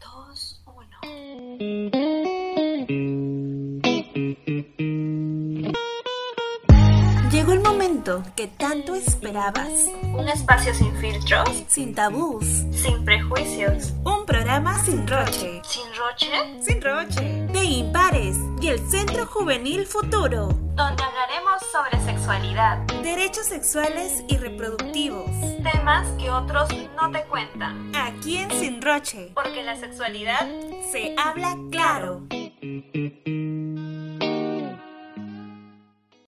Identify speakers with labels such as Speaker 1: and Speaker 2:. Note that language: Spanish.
Speaker 1: dos, uno.
Speaker 2: Llegó el momento que tanto esperabas.
Speaker 1: Un espacio sin filtros,
Speaker 2: Sin tabús.
Speaker 1: sin prejuicios,
Speaker 2: Un programa sin roche.
Speaker 1: sin roche,
Speaker 2: Sin roche. De impares y el Centro Juvenil Futuro.
Speaker 1: donde hablaremos sobre sexualidad,
Speaker 2: Derechos sexuales y reproductivos.
Speaker 1: temas que otros no te cuentan,
Speaker 2: Aquí en Sin Roche.
Speaker 1: porque la sexualidad
Speaker 2: Se habla claro.